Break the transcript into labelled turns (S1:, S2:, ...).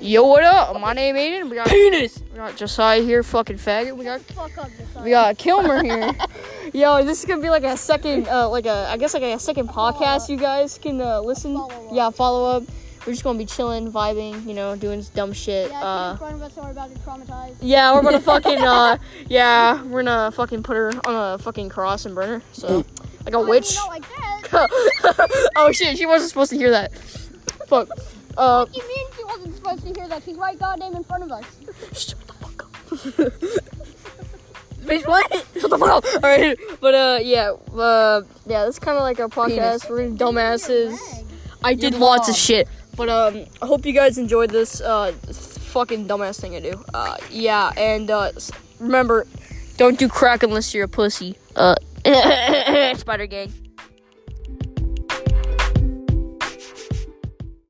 S1: Yo, what up? My name Aiden. We got
S2: Penis.
S1: we got Josiah here, fucking faggot. We got
S3: Fuck up, Josiah.
S1: we got Kilmer here. Yo, this is gonna be like a second, uh, like a I guess like a second podcast. You guys can uh, listen.
S3: follow-up.
S1: Yeah, follow up. We're just gonna be chilling, vibing, you know, doing dumb shit.
S3: Yeah,
S1: Uh,
S3: uh, in front of us, so we're about to be traumatized.
S1: yeah, we're gonna fucking uh, yeah, we're gonna fucking put her on a fucking cross and burn her. So like a
S3: I mean,
S1: witch.
S3: Not like that.
S1: oh shit, she wasn't supposed to hear that. Fuck. Uh,
S3: You mean she wasn't supposed to hear that? She's right goddamn in front of us.
S1: shut the fuck up.
S2: Bitch, what?
S1: Shut the fuck up. All right, but uh, yeah, uh, yeah, that's kind of like our podcast. We're dumbasses. I did lots of shit, but um, I hope you guys enjoyed this uh, this fucking dumbass thing I do. Uh, yeah, and uh, s- remember, don't do crack unless you're a pussy. Uh, Spider Gang.